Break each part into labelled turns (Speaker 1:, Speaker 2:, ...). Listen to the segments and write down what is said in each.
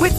Speaker 1: With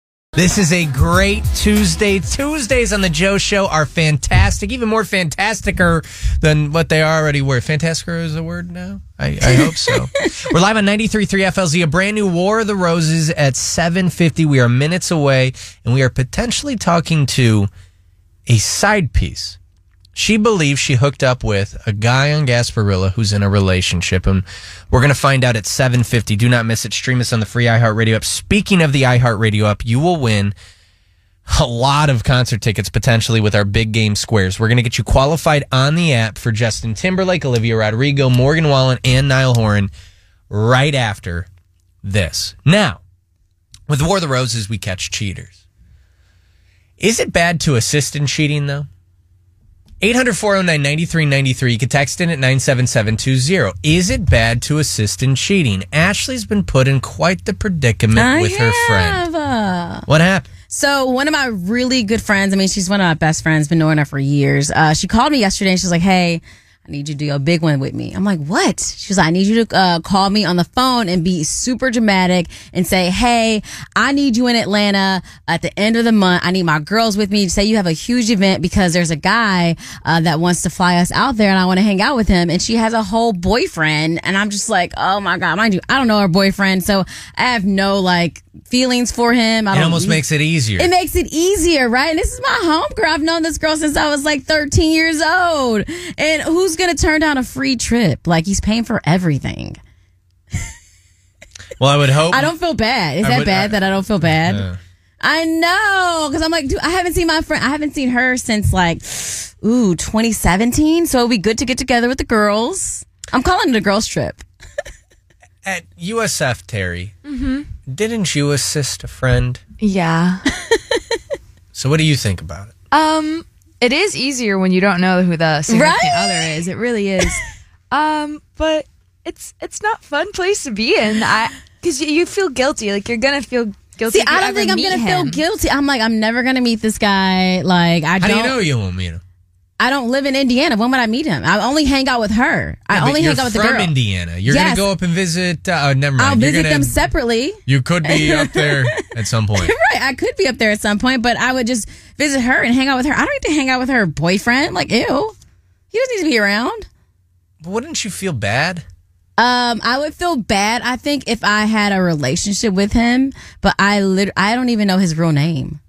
Speaker 2: This is a great Tuesday. Tuesdays on the Joe Show are fantastic, even more fantasticer than what they already were. Fantasticer is a word now? I, I hope so. We're live on 93.3 FLZ, a brand new War of the Roses at 7.50. We are minutes away, and we are potentially talking to a side piece. She believes she hooked up with a guy on Gasparilla who's in a relationship, and we're going to find out at 7:50. Do not miss it. Stream us on the free iHeartRadio app. Speaking of the iHeartRadio app, you will win a lot of concert tickets potentially with our big game squares. We're going to get you qualified on the app for Justin Timberlake, Olivia Rodrigo, Morgan Wallen, and Niall Horan right after this. Now, with War of the Roses, we catch cheaters. Is it bad to assist in cheating though? 800 409 9393. You can text in at 97720. Is it bad to assist in cheating? Ashley's been put in quite the predicament with her friend. What happened?
Speaker 3: So one of my really good friends, I mean, she's one of my best friends, been knowing her for years. Uh, she called me yesterday and she's like, Hey, I need you to do a big one with me. I'm like, what? She was like, I need you to uh, call me on the phone and be super dramatic and say, Hey, I need you in Atlanta at the end of the month. I need my girls with me. Say you have a huge event because there's a guy uh, that wants to fly us out there and I want to hang out with him. And she has a whole boyfriend. And I'm just like, Oh my God, mind you, I don't know her boyfriend. So I have no like feelings for him. I
Speaker 2: It
Speaker 3: don't
Speaker 2: almost makes it easier.
Speaker 3: Um, it makes it easier, right? And this is my homegirl. I've known this girl since I was like 13 years old. And who's going to turn down a free trip? Like, he's paying for everything.
Speaker 2: well, I would hope.
Speaker 3: I don't feel bad. Is
Speaker 2: I
Speaker 3: that
Speaker 2: would-
Speaker 3: bad
Speaker 2: I-
Speaker 3: that I don't feel bad?
Speaker 2: Yeah.
Speaker 3: I know. Because I'm like, dude, I haven't seen my friend. I haven't seen her since like, ooh, 2017. So it'll be good to get together with the girls. I'm calling it a girls' trip.
Speaker 2: At USF, Terry,
Speaker 3: Mm-hmm.
Speaker 2: didn't you assist a friend?
Speaker 4: Yeah.
Speaker 2: So, what do you think about it?
Speaker 4: Um, it is easier when you don't know who the significant
Speaker 3: Right?
Speaker 4: other is. It really is. um, but it's it's not fun place to be in. I because you, you feel guilty. Like you're gonna feel guilty.
Speaker 3: See,
Speaker 4: if you
Speaker 3: I don't
Speaker 4: ever
Speaker 3: think I'm
Speaker 4: meet
Speaker 3: going to feel
Speaker 4: him.
Speaker 3: guilty. I'm like, I'm never going to meet this guy. Like, I
Speaker 2: How do
Speaker 3: don't.
Speaker 2: you know you won't meet him?
Speaker 3: I don't live in Indiana. When would I meet him? I only hang out with her.
Speaker 2: Yeah,
Speaker 3: I
Speaker 2: but
Speaker 3: only
Speaker 2: you're
Speaker 3: hang out with the
Speaker 2: from
Speaker 3: girl.
Speaker 2: Indiana. You're going
Speaker 3: Yes.
Speaker 2: to go up and visit. Uh, oh, never mind.
Speaker 3: I'll
Speaker 2: You're
Speaker 3: visit
Speaker 2: gonna-
Speaker 3: them separately.
Speaker 2: You could be up there at some point.
Speaker 3: Right, I could be up there at some point, but I would just visit her and hang out with her. I don't need to hang out with her boyfriend. Like, ew, he doesn't need to be around.
Speaker 2: But wouldn't you feel bad?
Speaker 3: Um, I would feel bad. I think if I had a relationship with him, but I lit- I don't even know his real name.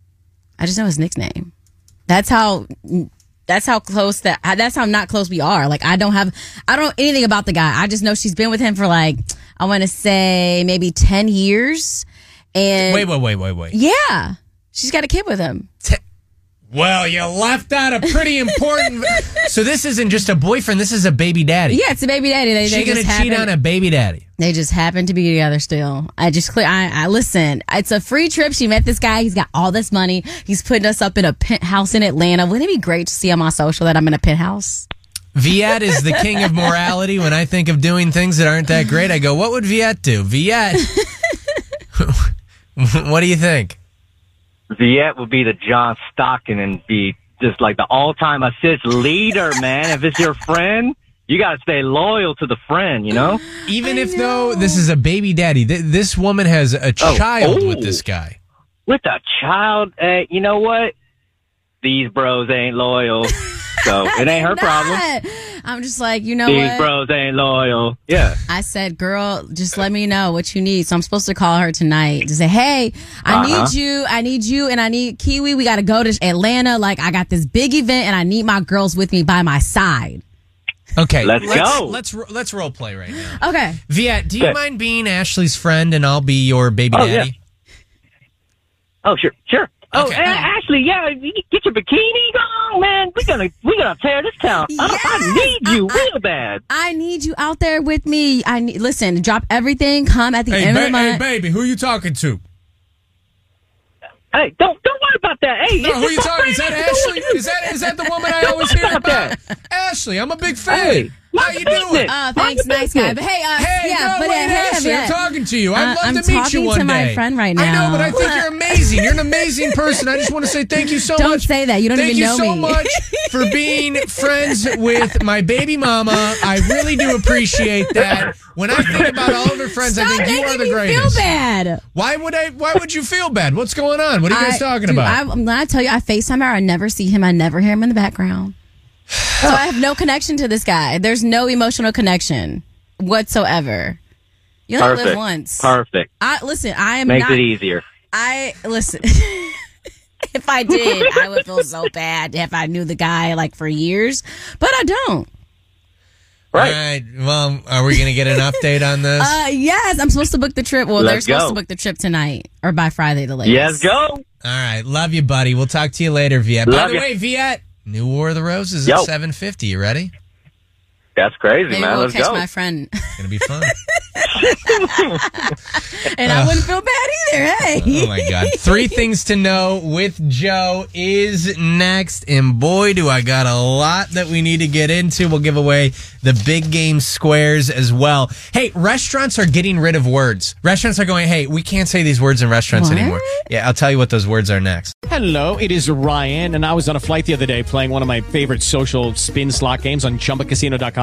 Speaker 3: I just know his nickname. That's how. That's how close that. That's how not close we are. Like I don't have. I don't know anything about the guy. I just know she's been with him for like I want to say maybe ten years. And
Speaker 2: Wait, wait, wait, wait, wait.
Speaker 3: yeah, she's got a kid with him.
Speaker 2: Well, you left out a pretty important. so this isn't just a boyfriend. This is a baby daddy.
Speaker 3: Yeah, it's a baby daddy. They,
Speaker 2: she
Speaker 3: they
Speaker 2: gonna
Speaker 3: just
Speaker 2: cheat
Speaker 3: happen-
Speaker 2: on a baby daddy.
Speaker 3: They just happen to be together still. I just clear. I, I listen. It's a free trip. She met this guy. He's got all this money. He's putting us up in a penthouse in Atlanta. Wouldn't it be great to see on my social that I'm in a penthouse?
Speaker 2: Viet is the king of morality. When I think of doing things that aren't that great, I go, "What would Viet do?" Viet, what do you think?
Speaker 5: Viet would be the John Stockton and be just like the all-time assist leader, man. If it's your friend, you got to stay loyal to the friend, you know?
Speaker 2: Even if though this is a baby daddy, th- this woman has
Speaker 5: Oh.
Speaker 2: a child with this guy.
Speaker 5: With a child, uh, you know what? These bros ain't loyal. So it ain't her problem.
Speaker 3: Not. I'm just like you know
Speaker 5: These
Speaker 3: what.
Speaker 5: bros ain't loyal. Yeah.
Speaker 3: I said, girl, just let me know what you need. So I'm supposed to call her tonight to say, hey, I
Speaker 5: Uh-huh.
Speaker 3: need you. I need you and I need Kiwi. We got to go to Atlanta. Like, I got this big event and I need my girls with me by my side.
Speaker 2: Okay,
Speaker 5: Let's
Speaker 2: let's,
Speaker 5: go.
Speaker 2: Let's ro- let's role play right now.
Speaker 3: Okay.
Speaker 2: Viet, do you
Speaker 5: Okay.
Speaker 2: mind being Ashley's friend and I'll be your baby
Speaker 5: Oh, yeah.
Speaker 2: daddy?
Speaker 5: Oh, sure. Sure. Oh,
Speaker 2: Okay.
Speaker 5: and Ashley, yeah, you get your bikini on, man. We're gonna we're gonna tear this town. up. I
Speaker 3: Yes!
Speaker 5: need you
Speaker 3: I- I-
Speaker 5: real bad.
Speaker 3: I need you out there with me. I need, listen, drop everything. Come at the end of the month.
Speaker 2: baby, who are you talking to?
Speaker 5: Hey, don't don't worry about that. Hey,
Speaker 2: No, who are you talking? Is that Ashley? Is that is that the woman I always hear about? Ashley, I'm a big fan.
Speaker 5: Hey,
Speaker 2: How you doing?
Speaker 3: Uh, thanks, nice guy. But hey, uh,
Speaker 2: Hey,
Speaker 3: yeah,
Speaker 2: no,
Speaker 3: but uh,
Speaker 2: wait,
Speaker 3: hey,
Speaker 2: Ashley,
Speaker 3: yeah.
Speaker 2: I'm talking to you. I'd
Speaker 3: Uh,
Speaker 2: love
Speaker 3: I'm
Speaker 2: to meet you
Speaker 3: talking
Speaker 2: one
Speaker 3: to my
Speaker 2: day.
Speaker 3: friend right
Speaker 2: I know,
Speaker 3: now.
Speaker 2: but I think you're amazing. You're an amazing person. I just want to say thank you so
Speaker 3: Don't
Speaker 2: much.
Speaker 3: say that. You don't
Speaker 2: thank
Speaker 3: even know
Speaker 2: you so
Speaker 3: me.
Speaker 2: much for being friends with my baby mama. I really do appreciate that. When I think about all of her friends,
Speaker 3: Stop
Speaker 2: I think you
Speaker 3: making
Speaker 2: are the
Speaker 3: me
Speaker 2: greatest.
Speaker 3: feel bad.
Speaker 2: Why would I? Why would you feel bad? What's going on? What are you guys
Speaker 3: I-
Speaker 2: talking
Speaker 3: dude,
Speaker 2: about?
Speaker 3: I, am gonna tell you, I FaceTime her. I never see him. I never hear him in the background. So I have no connection to this guy. There's no emotional connection whatsoever. You only live
Speaker 5: Perfect.
Speaker 3: once.
Speaker 5: Perfect.
Speaker 3: I listen. I am
Speaker 5: Makes
Speaker 3: not.
Speaker 5: it easier.
Speaker 3: I listen. if I did, I would feel so bad if I knew the guy like for years, but I don't.
Speaker 5: Right.
Speaker 2: All right. Well, are we going to get an update on this?
Speaker 3: Uh, yes, I'm supposed to book the trip. Well, they're
Speaker 5: Let's
Speaker 3: supposed
Speaker 5: go.
Speaker 3: to book the trip tonight or by Friday, the latest.
Speaker 5: Yes, go.
Speaker 2: All right. Love you, buddy. We'll talk to you later, Viet. By
Speaker 5: Love
Speaker 2: the
Speaker 5: ya.
Speaker 2: way, Viet, new War of the Roses
Speaker 5: Yo.
Speaker 2: at 750. You ready?
Speaker 5: That's crazy,
Speaker 3: Maybe
Speaker 5: man.
Speaker 3: we'll
Speaker 5: Let's
Speaker 3: catch
Speaker 5: go.
Speaker 3: my friend,
Speaker 2: It's going to be fun.
Speaker 3: and I wouldn't feel bad either. Hey,
Speaker 2: oh, my God. Three Things to Know with Joe is next. And boy, do I got a lot that we need to get into. We'll give away the big game squares as well. Hey, restaurants are getting rid of words. Restaurants are going, hey, we can't say these words in restaurants
Speaker 3: What?
Speaker 2: anymore. Yeah, I'll tell you what those words are next.
Speaker 6: Hello, it is Ryan, and I was on a flight the other day playing one of my favorite social spin slot games on chumbacasino.com.